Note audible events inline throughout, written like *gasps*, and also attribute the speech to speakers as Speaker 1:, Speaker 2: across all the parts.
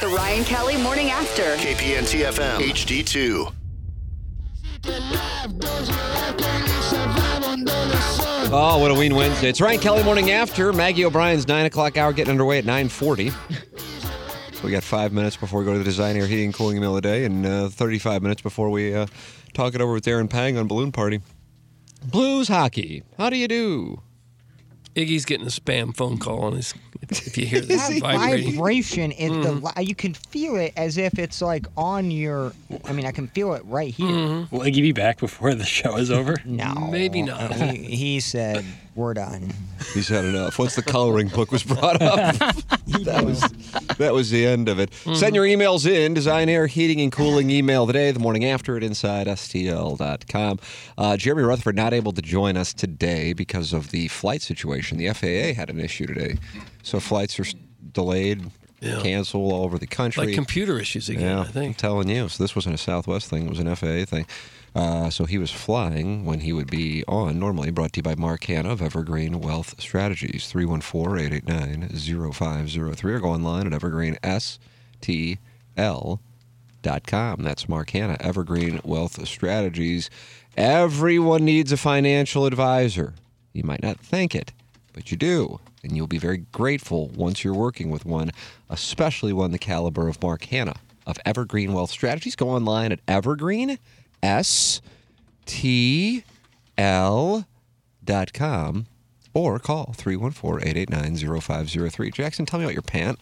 Speaker 1: The Ryan Kelly Morning After.
Speaker 2: KPNT FM HD2.
Speaker 3: Oh, what a ween Wednesday. It's Ryan Kelly morning after. Maggie O'Brien's 9 o'clock hour getting underway at 9.40. we got five minutes before we go to the Design Air Heating and Cooling Mill of the Day and uh, 35 minutes before we uh, talk it over with Aaron Pang on Balloon Party. Blues hockey. How do you do?
Speaker 4: Iggy's getting a spam phone call on his. If, if you hear this vibrating,
Speaker 5: vibration is the
Speaker 4: Mm-hmm.
Speaker 5: li- you can feel it as if it's like on your I mean I can feel it right here.
Speaker 6: Will Iggy be back before the show is over?
Speaker 5: No.
Speaker 4: Mm-hmm. Maybe not.
Speaker 5: He, he said we're done.
Speaker 3: He's had enough. Once the coloring book was brought up, that was that was the end of it. Send your emails in. Design Air Heating and Cooling email today, the morning after at InsideSTL.com. Uh, Jeremy Rutherford not able to join us today because of the flight situation. The FAA had an issue today, so flights are s- delayed, canceled all over the country.
Speaker 4: like computer issues again.
Speaker 3: yeah,
Speaker 4: I
Speaker 3: am
Speaker 4: think.
Speaker 3: telling you. So this wasn't a Southwest thing; it was an FAA thing. Uh, so he was flying when he would be on. Normally, brought to you by Mark Hanna of Evergreen Wealth Strategies, 314-889-0503, or go online at evergreenstl.com. That's Mark Hanna, Evergreen Wealth Strategies. Everyone needs a financial advisor. You might not think it, but you do. And you'll be very grateful once you're working with one, especially one the caliber of Mark Hanna of Evergreen Wealth Strategies. Go online at evergreenstl.com or call 314 889 0503. Jackson, tell me about your pant.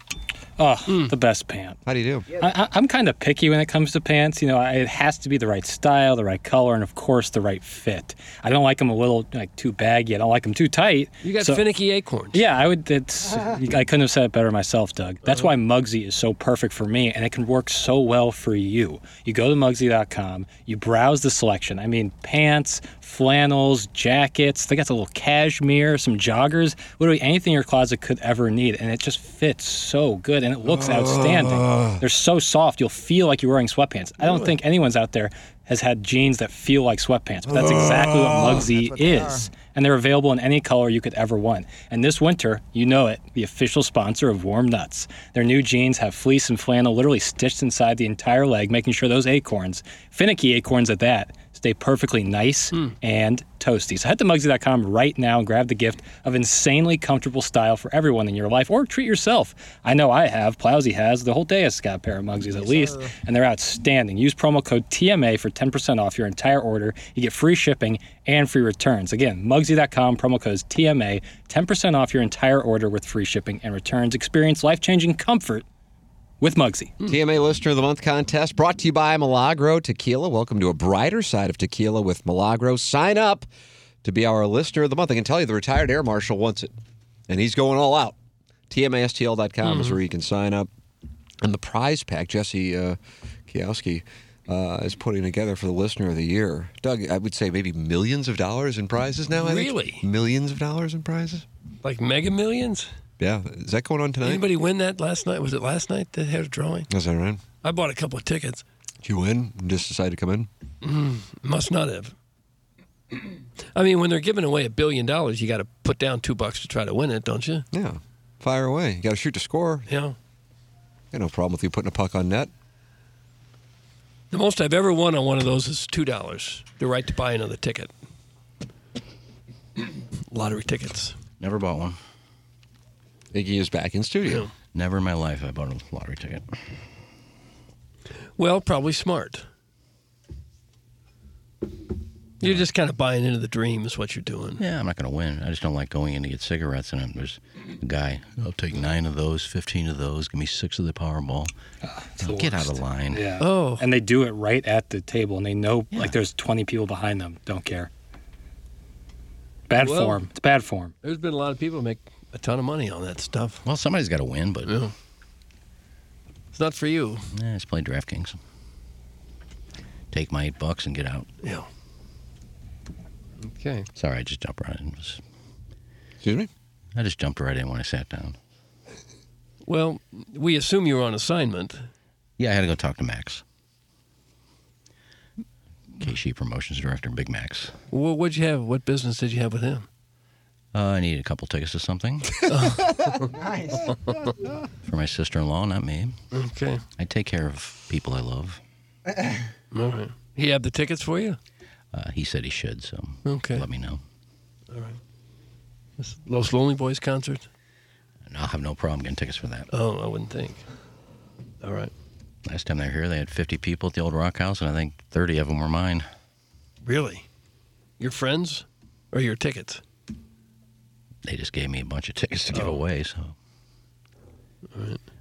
Speaker 6: Oh, the best pant.
Speaker 3: How do you do?
Speaker 6: I, I- I'm kind of picky when it comes to pants. You know, I, it has to be the right style, the right color, and of course the right fit. I don't like them a little like too baggy. I don't like them too tight.
Speaker 4: You got
Speaker 6: So-
Speaker 4: finicky acorns.
Speaker 6: Yeah, I would. It's I couldn't have said it better myself, Doug. That's why Mugsy is so perfect for me, and it can work so well for you. You go to Mugsy.com, you browse the selection. I mean, pants, flannels, jackets. They got a little cashmere, some joggers. Literally anything your closet could ever need, and it just fits so good, and it looks outstanding. They're so soft, you'll feel like you're wearing sweatpants. I don't think anyone's out there has had jeans that feel like sweatpants, but that's exactly what Mugsy is and they're available in any color you could ever want. And this winter, you know it, the official sponsor of Warm Nuts. Their new jeans have fleece and flannel literally stitched inside the entire leg, making sure those acorns, finicky acorns at that, stay perfectly nice and toasty. So head to Mugsy.com right now and grab the gift of insanely comfortable style for everyone in your life or treat yourself. I know I have, Plowsy has, the whole day has got a pair of Mugsies at least, and they're outstanding. Use promo code TMA for 10% off your entire order. You get free shipping and free returns. Again, Mugsy.com, promo code TMA, 10% off your entire order with free shipping and returns. Experience life changing comfort with Mugsy.
Speaker 3: TMA Listener of the Month contest brought to you by Milagro Tequila. Welcome to a brighter side of tequila with Milagro. Sign up to be our Listener of the Month. I can tell you the retired Air Marshal wants it, and he's going all out. TMASTL.com is
Speaker 4: Hmm.
Speaker 3: where you can sign up. And the prize pack, Jesse uh, Kiowski. Uh, is putting together for the listener of the year. Doug, I would say maybe millions of dollars in prizes now. I think.
Speaker 4: Really?
Speaker 3: Millions of dollars in prizes?
Speaker 4: Like Mega Millions.
Speaker 3: Yeah. Is that going on tonight?
Speaker 4: Anybody win that last night? Was it last night that had a drawing?
Speaker 3: Is that right?
Speaker 4: I bought a couple of tickets.
Speaker 3: Did you win and just decide to come in?
Speaker 4: Must not have. I mean, when they're giving away a billion dollars, you got to put down two bucks to try to win it, don't you?
Speaker 3: Yeah. Fire away. You got to shoot to score.
Speaker 4: Yeah.
Speaker 3: Got no problem with you putting a puck on net.
Speaker 4: The most I've ever won on one of those is two dollars. The right to buy another ticket. *coughs* Lottery tickets.
Speaker 7: Never bought one.
Speaker 3: Iggy is back in studio.
Speaker 7: Never in my life I bought a lottery ticket.
Speaker 4: Well, probably smart. You're just kind of buying into the dream is what you're doing.
Speaker 7: Yeah, I'm not going to win. I just don't like going in to get cigarettes, and there's a guy. I'll take nine of those, fifteen of those. Give me six of the Powerball.
Speaker 6: Ah,
Speaker 7: get out of line.
Speaker 6: Yeah.
Speaker 4: Oh.
Speaker 6: And they do it right at the table, and they know like there's 20 people behind them. Don't care. Bad
Speaker 4: Well-
Speaker 6: form. It's bad form.
Speaker 4: There's been a lot of people make a ton of money on that stuff.
Speaker 7: Well, somebody's got to win, but yeah.
Speaker 4: It's not for you.
Speaker 7: let's play DraftKings. Take my eight bucks and get out.
Speaker 4: Yeah. Okay.
Speaker 7: Sorry, I just jumped right in. It was-
Speaker 3: Excuse me?
Speaker 7: I just jumped right in when I sat down.
Speaker 4: Well, we assume you were on assignment.
Speaker 7: Yeah, I had to go talk to Max. KC Promotions Director, Big Max.
Speaker 4: Well, what'd you have? What business did you have with him?
Speaker 7: Uh, I need a couple tickets to something
Speaker 5: Nice.
Speaker 7: *laughs* for my sister-in-law, not me.
Speaker 4: Okay.
Speaker 7: I take care of people I love.
Speaker 4: All right. He had the tickets for you.
Speaker 7: Uh, he said he should, so
Speaker 4: Okay.
Speaker 7: let me know.
Speaker 4: This Los Lonely Boys concert.
Speaker 7: And I'll have no problem getting tickets for that.
Speaker 4: Oh, I wouldn't think. All right.
Speaker 7: Last time they were here, they had 50 people at the old rock house, and I think 30 of them were mine.
Speaker 4: Really? Your friends or your tickets?
Speaker 7: They just gave me a bunch of tickets to give away, so.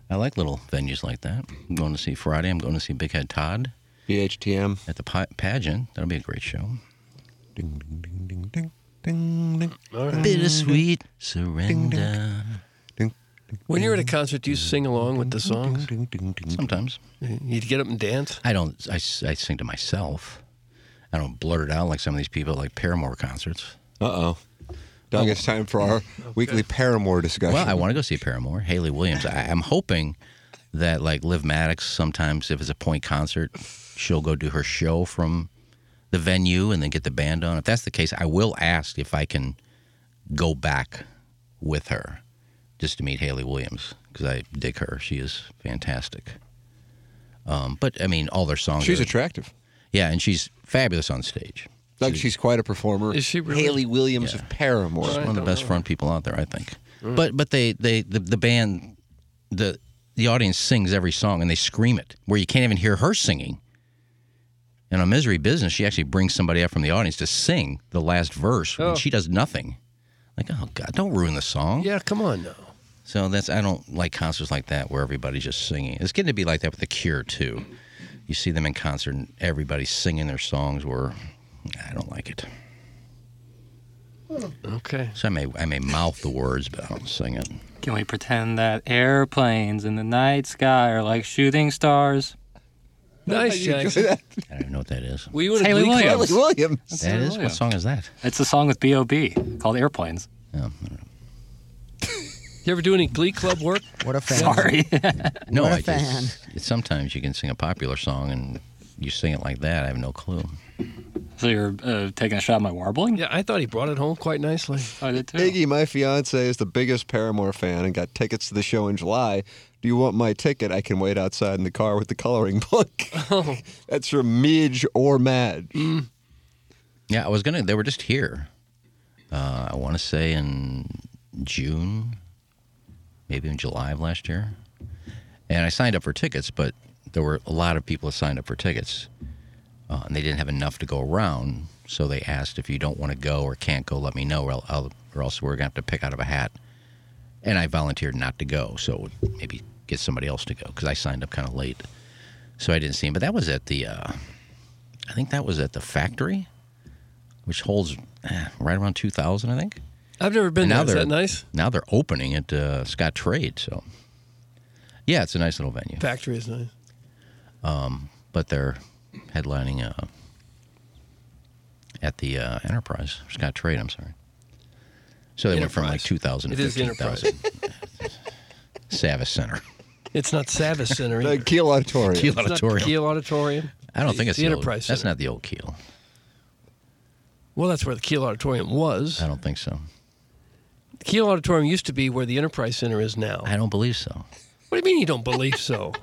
Speaker 7: I like little venues like that. I'm going to see Friday. I'm going to see Big Head Todd
Speaker 3: BHTM.
Speaker 7: at the pi- pageant. That'll be a great show.
Speaker 3: Ding, ding, ding, ding, ding, ding.
Speaker 7: Bittersweet surrender.
Speaker 4: When you're at a
Speaker 7: Mm-hmm.
Speaker 4: concert, do you sing along with the songs?
Speaker 3: Ding, ding, ding.
Speaker 7: Sometimes
Speaker 4: You'd get up and dance.
Speaker 7: I don't. I, s- I sing to myself. I don't blurt it out like some of these people at, like Paramore concerts.
Speaker 3: Uh-oh. Doug, it's time for our weekly Paramore discussion.
Speaker 7: Well, I want to go see Paramore, Haley Williams. I, I'm hoping that like Liv Maddox, sometimes if it's a point concert, she'll go do her show from the venue and then get the band on. If that's the case, I will ask if I can go back with her just to meet Haley Williams because I dig her. She is fantastic. Um, but I mean, all their songs.
Speaker 3: She's
Speaker 7: are-
Speaker 3: attractive.
Speaker 7: yeah, and she's fabulous on stage.
Speaker 3: Doug, she's quite a performer.
Speaker 4: Is she really?
Speaker 3: Haley Williams of Paramore.
Speaker 7: She's one of the best front people out there, I think. But but they, they the, the band the the audience sings every song and they scream it where you can't even hear her singing. And on Misery Business, she actually brings somebody up from the audience to sing the last verse
Speaker 4: Oh.
Speaker 7: when she does nothing. Like, oh God, don't ruin the song.
Speaker 4: Yeah, come on now.
Speaker 7: So that's I don't like concerts like that where everybody's just singing. It's getting to be like that with the Cure too. You see them in concert and everybody's singing their songs where I don't like it.
Speaker 4: Okay.
Speaker 7: So I may I may mouth the words, but I don't sing it.
Speaker 6: Can we pretend that airplanes in the night sky are like shooting stars?
Speaker 4: Nice, Jackson.
Speaker 7: I don't even know what that is.
Speaker 4: Were you in a
Speaker 6: Haley
Speaker 4: glee club?
Speaker 6: Williams.
Speaker 3: Haley Williams.
Speaker 7: That
Speaker 4: Oh,
Speaker 7: is
Speaker 6: Hallelujah.
Speaker 7: what song is that?
Speaker 6: It's a song with B.O.B. called Airplanes.
Speaker 4: You ever do any glee club work?
Speaker 5: What a fan.
Speaker 6: Sorry.
Speaker 7: *laughs* No,
Speaker 5: What a
Speaker 7: I
Speaker 5: fan.
Speaker 7: just it's- sometimes you can sing a popular song and you sing it like that. I have no clue.
Speaker 6: so you're uh, taking a shot at my warbling?
Speaker 4: Yeah, I thought he brought it home quite nicely.
Speaker 6: I did too.
Speaker 3: Iggy, my fiance, is the biggest Paramore fan and got tickets to the show in July. Do you want my ticket? I *laughs* can wait outside in the car with the coloring book.
Speaker 6: Oh.
Speaker 3: *laughs* That's from uh, Midge or Madge.
Speaker 7: Yeah, I was gonna. They were just here. Uh, I want to say in June, maybe in July of last year, and I signed up for tickets, but there were a lot of people that signed up for tickets, uh, and they didn't have enough to go around. So they asked if you don't want to go or can't go, let me know, or, I'll- I'll, or else we're gonna have to pick out of a hat. And I volunteered not to go, so maybe get somebody else to go because I signed up kind of late, so I didn't see him. But that was at the, uh, I think that was at the factory which holds eh, right around 2,000, I think.
Speaker 4: I've never been there. Is
Speaker 7: they're
Speaker 4: that nice?
Speaker 7: Now they're opening at uh, Scott Trade, so yeah, it's a nice little venue.
Speaker 4: Factory is nice.
Speaker 7: But they're headlining uh, at the uh, Enterprise Scott Trade. I'm sorry. So they went from like
Speaker 4: Enterprise.
Speaker 7: 2,000 to
Speaker 4: It is the
Speaker 7: 15,000. Savas Center,
Speaker 4: *laughs* It's not Savas
Speaker 7: *laughs*
Speaker 4: Center.
Speaker 3: The
Speaker 4: either.
Speaker 3: Kiel Auditorium.
Speaker 7: Keel
Speaker 4: It's not the
Speaker 7: Auditorium.
Speaker 4: Kiel Auditorium.
Speaker 7: I don't think it's
Speaker 4: the Enterprise
Speaker 7: Old, that's
Speaker 4: Center.
Speaker 7: not the old Keel.
Speaker 4: Well, that's where the Kiel Auditorium was.
Speaker 7: I don't think so.
Speaker 4: The Kiel Auditorium used to be where the Enterprise Center is now.
Speaker 7: I don't believe so.
Speaker 4: What do you mean you don't believe so?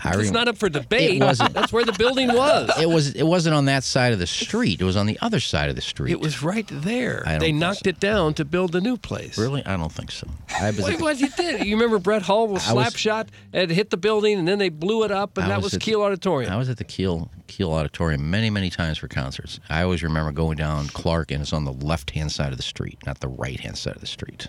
Speaker 7: Hiring.
Speaker 4: It's not up for debate.
Speaker 7: It wasn't.
Speaker 4: That's where the building was.
Speaker 7: It was. It wasn't on that side of the street. It was on the other side of the street.
Speaker 4: It was right there.
Speaker 7: I don't
Speaker 4: They
Speaker 7: think
Speaker 4: knocked it down to build the new place.
Speaker 7: really. I don't think so. I was.
Speaker 4: Wait, what you did? You remember Brett Hull
Speaker 7: *laughs*
Speaker 4: was
Speaker 7: I was-
Speaker 4: slap shot and hit the building, and then they blew it up, and
Speaker 7: I
Speaker 4: that
Speaker 7: was
Speaker 4: was
Speaker 7: at-
Speaker 4: Kiel Auditorium.
Speaker 7: I was at the Kiel Kiel Auditorium many many times for concerts. I always remember going down Clark, and it's on the left hand side of the street, not the right hand side of the street.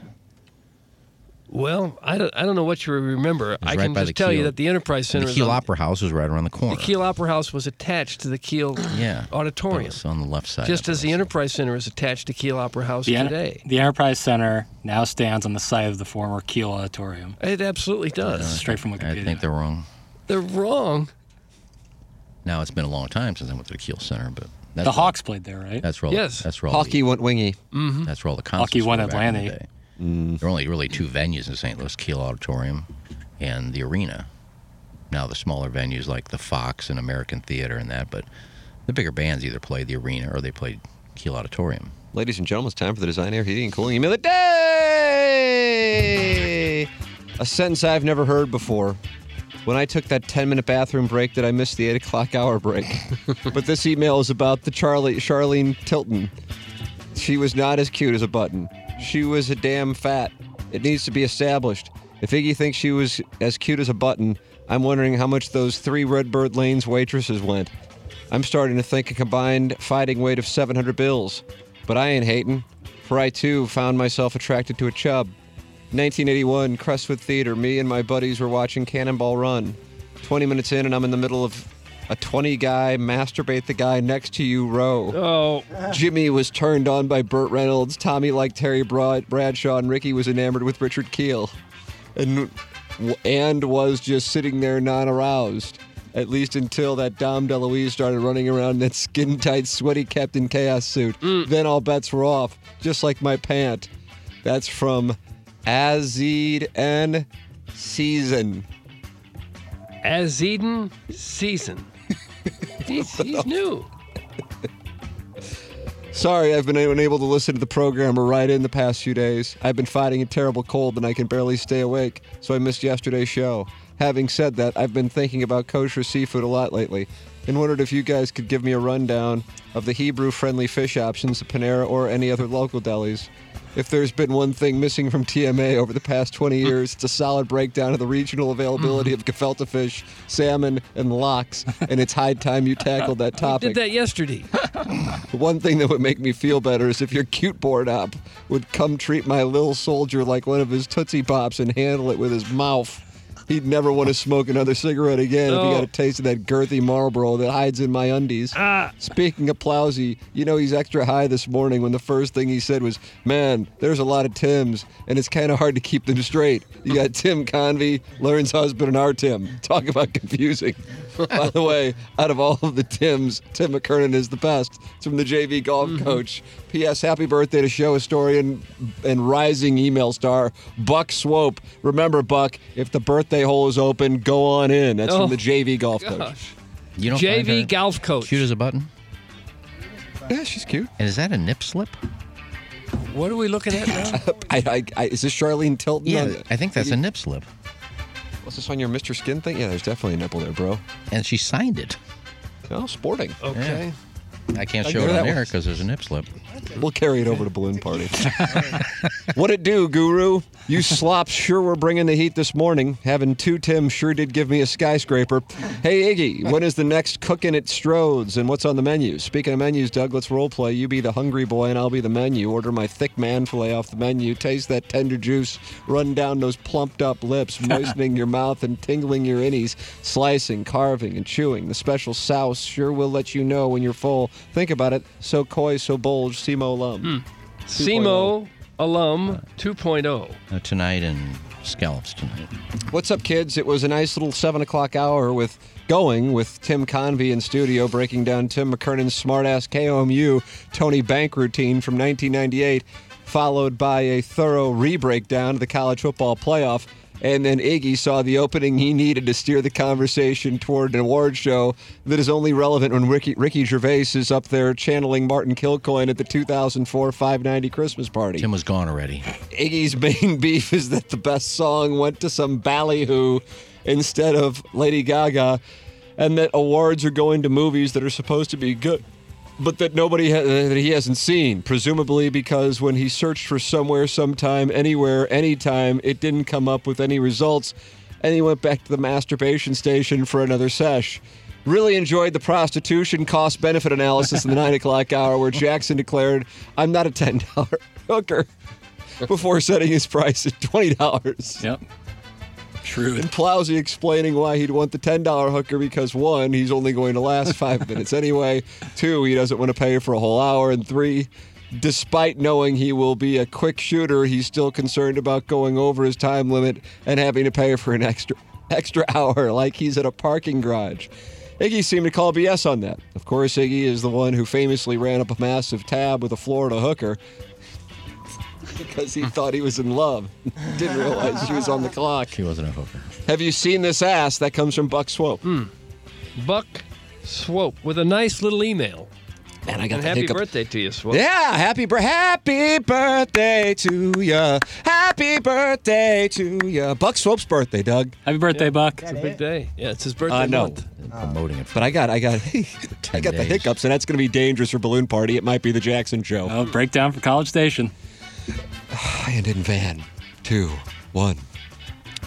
Speaker 4: well, I don't, I don't know what you remember.
Speaker 7: was
Speaker 4: I
Speaker 7: right
Speaker 4: can
Speaker 7: by
Speaker 4: just
Speaker 7: the
Speaker 4: tell you
Speaker 7: Kiel-
Speaker 4: that the Enterprise
Speaker 7: And
Speaker 4: Center
Speaker 7: the
Speaker 4: is
Speaker 7: Kiel
Speaker 4: on-
Speaker 7: Opera House was right around the corner.
Speaker 4: the Kiel Opera House was attached to the Kiel
Speaker 7: yeah,
Speaker 4: Auditorium,
Speaker 7: It's on the left side.
Speaker 4: just
Speaker 7: of
Speaker 4: as the Enterprise Center is attached to Kiel Opera House
Speaker 6: The, en-
Speaker 4: today.
Speaker 6: the Enterprise Center now stands on the site of the former Kiel Auditorium.
Speaker 4: It absolutely does.
Speaker 6: Straight from Wikipedia.
Speaker 7: I think they're wrong.
Speaker 4: They're wrong.
Speaker 7: Now it's been a long time since I went to the Kiel Center, but that's
Speaker 6: the
Speaker 7: where-
Speaker 6: Hawks played there, right?
Speaker 7: That's where. all-
Speaker 4: Yes.
Speaker 7: That's where. all
Speaker 3: Hockey went wingy.
Speaker 7: The, that's where all the concerts.
Speaker 6: Hockey won
Speaker 7: were back in the
Speaker 6: Atlantic.
Speaker 7: day. There were only really two venues in St. Louis: Kiel Auditorium and the Arena. Now the smaller venues like the Fox and American Theater and that, but the bigger bands either played the Arena or they played Kiel Auditorium.
Speaker 3: Ladies and gentlemen, it's time for the Design Air Heating and Cooling Email of the Day! A sentence I've never heard before. When I took that 10 minute bathroom break, did I miss the 8 o'clock hour break? but this email is about the Charlie Charlene Tilton. She was not as cute as a button. She was a damn fat. It needs to be established. If Iggy thinks she was as cute as a button, I'm wondering how much those three Redbird Lanes waitresses went. I'm starting to think a combined fighting weight of 700 bills. But I ain't hating, for I too found myself attracted to a chub. 1981, Crestwood Theater, me and my buddies were watching Cannonball Run. 20 minutes in, and I'm in the middle of a 20 guy masturbate the guy next to you row.
Speaker 4: Oh,
Speaker 3: Jimmy was turned on by Burt Reynolds. Tommy liked Terry Broad- Bradshaw, and Ricky was enamored with Richard Keel, and and was just sitting there non-aroused, at least until that Dom DeLuise started running around in that skin-tight, sweaty Captain Chaos suit. Then all bets were off, just like my pant. That's from Azid and Season.
Speaker 4: as Eden
Speaker 7: *laughs*
Speaker 4: season. He's, he's new.
Speaker 3: Sorry, I've been unable to listen to the program or write in the past few days. I've been fighting a terrible cold and I can barely stay awake, so I missed yesterday's show. Having said that, I've been thinking about kosher seafood a lot lately and wondered if you guys could give me a rundown of the Hebrew friendly fish options at Panera or any other local delis. If there's been one thing missing from TMA over the past 20 years, it's a solid breakdown of the regional availability of gefilte fish, salmon, and lox, and it's high time you tackled that topic.
Speaker 4: Did that yesterday.
Speaker 3: The one thing that would make me feel better is if your cute board op would come treat my little soldier like one of his Tootsie Pops and handle it with his mouth. He'd never want to smoke another cigarette again if he got
Speaker 4: Oh.
Speaker 3: a taste of that girthy Marlboro that hides in my undies. Speaking of Plowsy, you know he's extra high this morning when the first thing he said was, Man, there's a lot of Tims, and it's kind of hard to keep them straight. You got Tim Convey, Lauren's husband, and our Tim. Talk about confusing. By the way, out of all of the Tims, Tim McKernan is the best. It's from the JV golf
Speaker 4: Mm-hmm.
Speaker 3: coach. P.S. Happy birthday to show historian and rising email star, Buck Swope. Remember, Buck, if the birthday hole is open, go on in. That's
Speaker 4: Oh,
Speaker 3: from the JV golf coach.
Speaker 4: Gosh.
Speaker 7: You don't find her
Speaker 4: JV golf coach.
Speaker 7: cute as a button.
Speaker 3: Yeah, she's cute.
Speaker 7: And is that a nip slip?
Speaker 4: What are we looking at now?
Speaker 3: I, I, I, is this Charlene Tilton? on-
Speaker 7: I think that's a nip slip.
Speaker 3: What's this on your Mr. Skin thing? Yeah, there's definitely a nipple there, bro.
Speaker 7: And she signed it.
Speaker 3: Oh, sporting.
Speaker 4: Okay.
Speaker 7: I can't
Speaker 3: I
Speaker 7: show
Speaker 3: know
Speaker 7: it on
Speaker 3: that
Speaker 7: there
Speaker 3: one.
Speaker 7: because there's a nip slip.
Speaker 3: We'll carry it over to balloon
Speaker 4: *laughs*
Speaker 3: party. what it do, Guru? You slops sure were bringing the heat this morning. Having two Tim sure did give me a skyscraper. Hey Iggy, when is the next cooking at Strode's and what's on the menu? Speaking of menus, Doug, let's role play. You be the hungry boy and I'll be the menu. Order my thick man fillet off the menu. Taste that tender juice. Run down those plumped up lips, moistening your mouth and tingling your innies. Slicing, carving, and chewing. The special sauce sure will let you know when you're full. Think about it. So coy, so bulge, Simo lum. oh.
Speaker 4: SEMO alum oh. 2.0.
Speaker 7: Uh, tonight and scallops tonight.
Speaker 3: What's up, kids? It was a nice little seven o'clock hour with going with Tim Convey in studio, breaking down Tim McKernan's smartass KOMU Tony Bank routine from 1998, followed by a thorough re-breakdown of the college football playoff. And then Iggy saw the opening he needed to steer the conversation toward an award show that is only relevant when Ricky, Ricky Gervais is up there channeling Martin Kilcoin at the 2004 590 Christmas party.
Speaker 7: Tim was gone already.
Speaker 3: *laughs* Iggy's main beef is that the best song went to some ballyhoo instead of Lady Gaga, and that awards are going to movies that are supposed to be good, but that nobody ha- uh, that he hasn't seen, presumably because when he searched for somewhere, sometime, anywhere, anytime, it didn't come up with any results, and he went back to the masturbation station for another sesh. Really enjoyed the prostitution cost benefit analysis in the nine o'clock hour, where Jackson declared, "I'm not a ten dollar hooker."
Speaker 6: *laughs*
Speaker 3: before setting his price at twenty dollars.
Speaker 6: Yep. True.
Speaker 3: And Plowsy explaining why he'd want the ten dollar hooker because one, he's only going to last
Speaker 6: *laughs*
Speaker 3: five minutes anyway. Two, he doesn't want to pay for a whole hour, and three, despite knowing he will be a quick shooter, he's still concerned about going over his time limit and having to pay for an extra extra *laughs* hour, like he's at a parking garage. Iggy seemed to call BS on that. Of course, Iggy is the one who famously ran up a massive tab with a Florida hooker because he thought he was in love. *laughs* Didn't realize she was on the clock.
Speaker 7: She wasn't a hooker.
Speaker 3: Have you seen this ass? That comes from Buck Swope.
Speaker 4: Hmm. Buck Swope with a nice little email.
Speaker 3: Man, I got
Speaker 4: And
Speaker 3: the
Speaker 4: happy
Speaker 3: hiccup.
Speaker 4: birthday to you, Swope.
Speaker 3: Yeah, happy bir- happy birthday to ya. Happy birthday to ya. Buck Swope's birthday, Doug.
Speaker 6: Happy birthday, Buck. Uh,
Speaker 4: It's a big day. Yeah, it's his birthday
Speaker 3: I know.
Speaker 4: month.
Speaker 7: Promoting it. For
Speaker 3: But I got I got *laughs* I got the
Speaker 7: days.
Speaker 3: hiccups, and that's going to be dangerous for Balloon Party. It might be the Jackson Show.
Speaker 6: Oh, breakdown for College Station.
Speaker 3: *sighs* And in van. Two, one.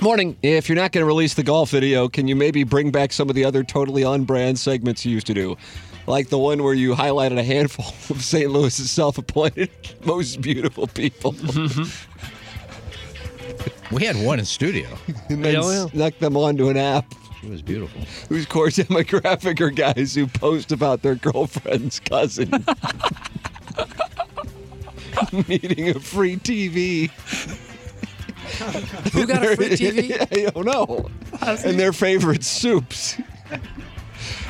Speaker 3: Morning. If you're not going to release the golf video, can you maybe bring back some of the other totally on brand segments you used to do? Like the one where you highlighted a handful *laughs* of St. Louis's self appointed *laughs* most beautiful people
Speaker 7: Mm-hmm. we had one in studio.
Speaker 3: *laughs* and then
Speaker 4: Yeah, well.
Speaker 3: snuck them onto an app
Speaker 7: It was beautiful.
Speaker 3: whose core demographic are guys who post about their girlfriend's cousin *laughs* needing a free TV.
Speaker 4: Who got a free
Speaker 3: *laughs*
Speaker 4: TV?
Speaker 3: I don't know. And their favorite soups. *laughs*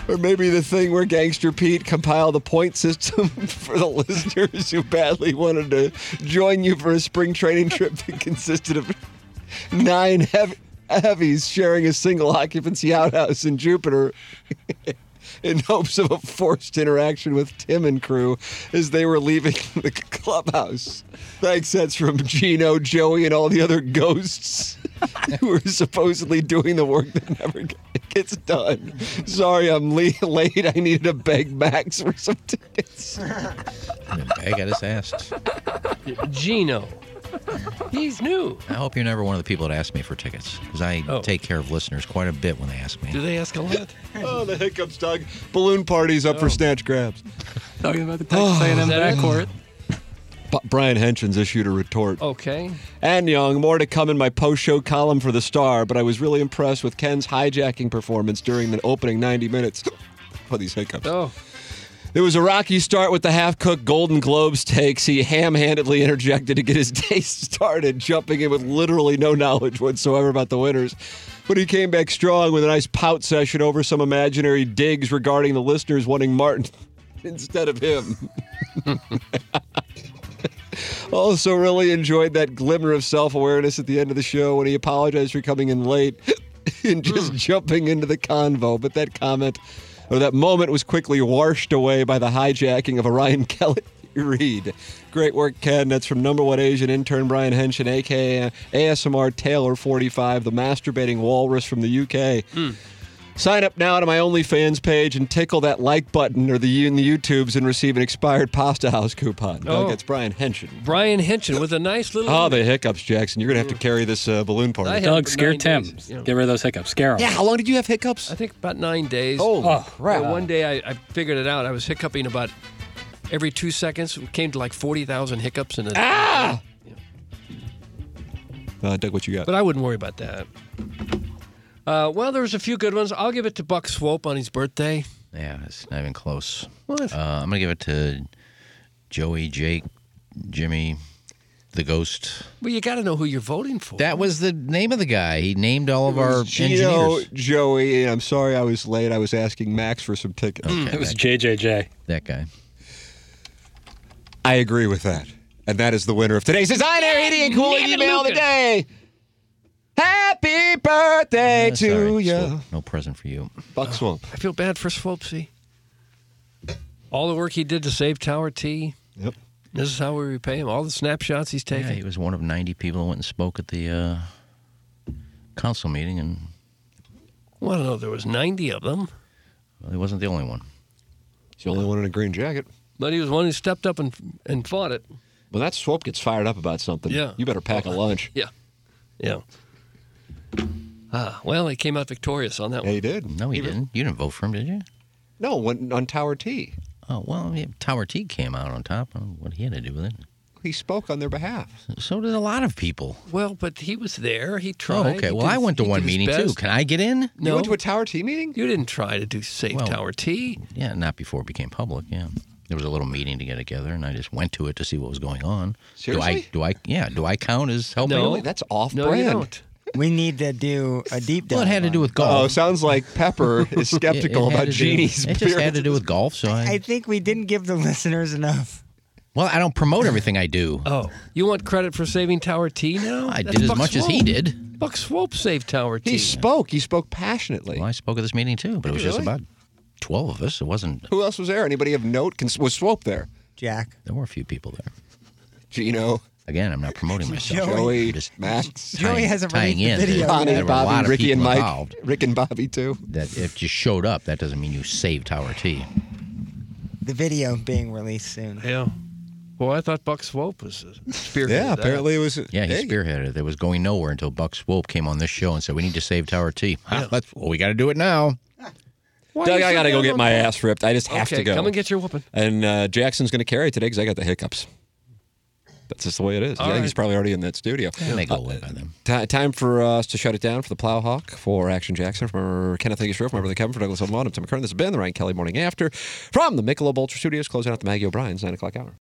Speaker 3: Or maybe the thing where Gangster Pete compiled a point system *laughs* for the listeners who badly wanted to join you for a spring training trip that consisted of nine heavy, heavies sharing a single occupancy outhouse in Jupiter in hopes of a forced interaction with Tim and crew as they were leaving the clubhouse. Thanks, that's from Gino, Joey, and all the other ghosts *laughs* who were supposedly doing the work that never g- gets done. Sorry, I'm le- late. I needed to beg Max for some tickets.
Speaker 7: And then I got his ass.
Speaker 4: Gino. He's new.
Speaker 7: I hope you're never one of the people that ask me for tickets because I
Speaker 4: Oh.
Speaker 7: take care of listeners quite a bit when they ask me.
Speaker 4: Do they ask a lot?
Speaker 3: Oh, the hiccups, Doug. Balloon parties up for snatch grabs.
Speaker 6: Talking about the
Speaker 3: Oh,
Speaker 6: Texas A&M
Speaker 4: that it?
Speaker 6: backcourt.
Speaker 3: B- Brian Henson's issued a retort.
Speaker 4: Okay.
Speaker 3: and Young. More to come in my post show column for The Star, but I was really impressed with Ken's hijacking performance during the opening 90 minutes. *gasps* Oh, these hiccups.
Speaker 4: Oh,
Speaker 3: It was a rocky start with the half cooked Golden Globe takes. He ham handedly interjected to get his *laughs* day started, jumping in with literally no knowledge whatsoever about the winners. But he came back strong with a nice pout session over some imaginary digs regarding the listeners wanting Martin *laughs* instead of him. also, really enjoyed that glimmer of self awareness at the end of the show when he apologized for coming in late *laughs* and just jumping into the convo. But that comment or that moment was quickly washed away by the hijacking of Orion *laughs* Kelly. Reed. Great work, Ken. That's from number one Asian intern Brian Henshin, aka ASMR Taylor 45, the masturbating walrus from the UK. Sign up now to my OnlyFans page and tickle that like button or the in the YouTubes and receive an expired Pasta House coupon. Doug,
Speaker 4: Oh.
Speaker 3: that's Brian Henshin.
Speaker 4: Brian Henson with a nice little.
Speaker 3: Oh, the hiccups, Jackson. You're going to have to carry this uh, balloon party.
Speaker 4: I had
Speaker 6: Doug,
Speaker 4: for
Speaker 6: scare
Speaker 4: nine
Speaker 6: Tim.
Speaker 4: days, you know.
Speaker 6: Get rid of those hiccups. Scare him.
Speaker 3: yeah, how long did you have hiccups?
Speaker 4: I think about nine days.
Speaker 3: Holy
Speaker 6: Oh,
Speaker 3: crap.
Speaker 4: Well, one day I, I figured it out. I was hiccuping about every two seconds. It came to like 40,000 hiccups. In a,
Speaker 3: Ah! Uh, Doug, what you got?
Speaker 4: But I wouldn't worry about that. Uh, well, there was a few good ones. I'll give it to Buck Swope on his birthday.
Speaker 7: Yeah, it's not even close.
Speaker 4: What?
Speaker 7: Uh, I'm gonna give it to Joey, Jake, Jimmy, the Ghost.
Speaker 4: Well, you got to know who you're voting for.
Speaker 7: That was the name of the guy. He named all of our
Speaker 3: Gino,
Speaker 7: engineers.
Speaker 3: Joey, and I'm sorry I was late. I was asking Max for some tickets.
Speaker 6: It was JJJ.
Speaker 7: That guy.
Speaker 3: I agree with that. And that is the winner of today's Designer Idiot Cool Email of the Day. Happy birthday
Speaker 7: That's all
Speaker 3: to
Speaker 7: right,
Speaker 3: you.
Speaker 7: so No present for you.
Speaker 3: Buck Swamp.
Speaker 4: I feel bad for Swopesy. All the work he did to save Tower T.
Speaker 3: Yep.
Speaker 4: This is how we repay him. All the snapshots he's
Speaker 7: Yeah,
Speaker 4: taken.
Speaker 7: he was one of 90 people who went and spoke at the uh, council meeting, and
Speaker 4: Well, I don't know. There was 90 of them.
Speaker 7: Well, he wasn't the only one.
Speaker 3: He's the only one in a green jacket.
Speaker 4: But he was one who stepped up and and fought it.
Speaker 3: When that swope gets fired up about something,
Speaker 4: Yeah.
Speaker 3: you better pack a lunch.
Speaker 4: Yeah. Yeah. Ah, well, he came out victorious on that
Speaker 3: Yeah,
Speaker 4: one.
Speaker 3: he did.
Speaker 7: No, he didn't. You didn't vote for him, did you?
Speaker 3: No, when, on Tower T,
Speaker 7: Oh well, yeah, Tower T came out on top. I don't know what he had to do with it.
Speaker 3: he spoke on their behalf.
Speaker 7: So did a lot of people.
Speaker 4: Well, but he was there. He
Speaker 7: Oh,
Speaker 4: tried.
Speaker 7: okay.
Speaker 4: He
Speaker 7: Well,
Speaker 4: did
Speaker 7: I
Speaker 4: his-
Speaker 7: went to
Speaker 4: he
Speaker 7: one
Speaker 4: did his
Speaker 7: meeting too.
Speaker 4: best.
Speaker 7: Can I get in?
Speaker 4: No,
Speaker 3: You went to a Tower T meeting?
Speaker 4: you didn't try to do Safe
Speaker 7: Well-
Speaker 4: Tower T.
Speaker 7: Yeah, not before it became public. Yeah, there was a little meeting to get together, and I just went to it to see what was going on.
Speaker 3: Seriously?
Speaker 7: Do I? Do I? Yeah. Do I count as helping?
Speaker 4: No.
Speaker 3: Really? That's off
Speaker 4: No,
Speaker 3: brand.
Speaker 4: you don't.
Speaker 5: We need to do a deep dive.
Speaker 7: Well, it had to
Speaker 5: on
Speaker 7: do with golf.
Speaker 3: Oh, sounds like
Speaker 7: *laughs*
Speaker 3: Pepper is
Speaker 7: It- it
Speaker 3: skeptical
Speaker 7: had
Speaker 3: about
Speaker 7: to do- *laughs*
Speaker 3: Genie's
Speaker 7: It just had to do with golf. So I,
Speaker 5: I think we didn't give the listeners enough.
Speaker 7: well, I don't promote everything I do.
Speaker 4: Oh, you want credit for saving Tower T now?
Speaker 7: I
Speaker 4: That's
Speaker 7: did as
Speaker 4: Buck
Speaker 7: much as he
Speaker 4: Swope.
Speaker 7: did.
Speaker 4: Buck Swope saved Tower T.
Speaker 3: He spoke. He spoke passionately.
Speaker 7: Well, I spoke at this meeting too, but it was just
Speaker 3: Really?
Speaker 7: about twelve of us. It wasn't.
Speaker 3: Who else was there? Anybody of note? Can, was Swope there?
Speaker 5: Jack,
Speaker 7: There were a few people there.
Speaker 3: Gino,
Speaker 7: Again, I'm not promoting myself.
Speaker 3: Joey,
Speaker 7: I'm just
Speaker 3: Max,
Speaker 7: tying-
Speaker 5: Joey hasn't
Speaker 7: tying
Speaker 5: released the
Speaker 7: in. that
Speaker 5: video
Speaker 7: there
Speaker 3: Bonnie,
Speaker 7: were a lot
Speaker 3: Bobby,
Speaker 7: of
Speaker 3: Ricky, and
Speaker 7: people
Speaker 3: Mike.
Speaker 7: involved.
Speaker 3: Rick and Bobby too.
Speaker 7: That if you showed up, that doesn't mean you saved Tower T.
Speaker 5: the video being released soon.
Speaker 4: Yeah. Well, I thought Buck Swope was a spearhead.
Speaker 3: Yeah,
Speaker 4: of that.
Speaker 3: apparently it was.
Speaker 7: Yeah, he
Speaker 3: Hey,
Speaker 7: spearheaded it. It was going nowhere until Buck Swope came on this show and said, "We need to save Tower T." Ha, let's- *laughs* well, we got to do it now.
Speaker 4: Why
Speaker 8: Doug,
Speaker 4: you
Speaker 8: I gotta
Speaker 4: so
Speaker 8: go get
Speaker 4: down
Speaker 8: my
Speaker 4: on-
Speaker 8: ass ripped. I just have
Speaker 4: okay,
Speaker 8: to go.
Speaker 4: Come and get your whooping.
Speaker 8: And uh, Jackson's gonna carry today because I got the hiccups. That's just the way it is. I
Speaker 4: All
Speaker 8: think
Speaker 4: right.
Speaker 8: he's probably already in that studio. Uh,
Speaker 7: And they go away by then.
Speaker 8: Ti- time for us to shut it down for the Plowhawk, for Action Jackson, for Kenneth Higginsgrove, for my brother Kevin, for Douglas Elmond, I'm Tim McKern. This has been the Ryan Kelly Morning After from the Michelob Ultra Studios, closing out the Maggie O'Brien's 9 o'clock hour.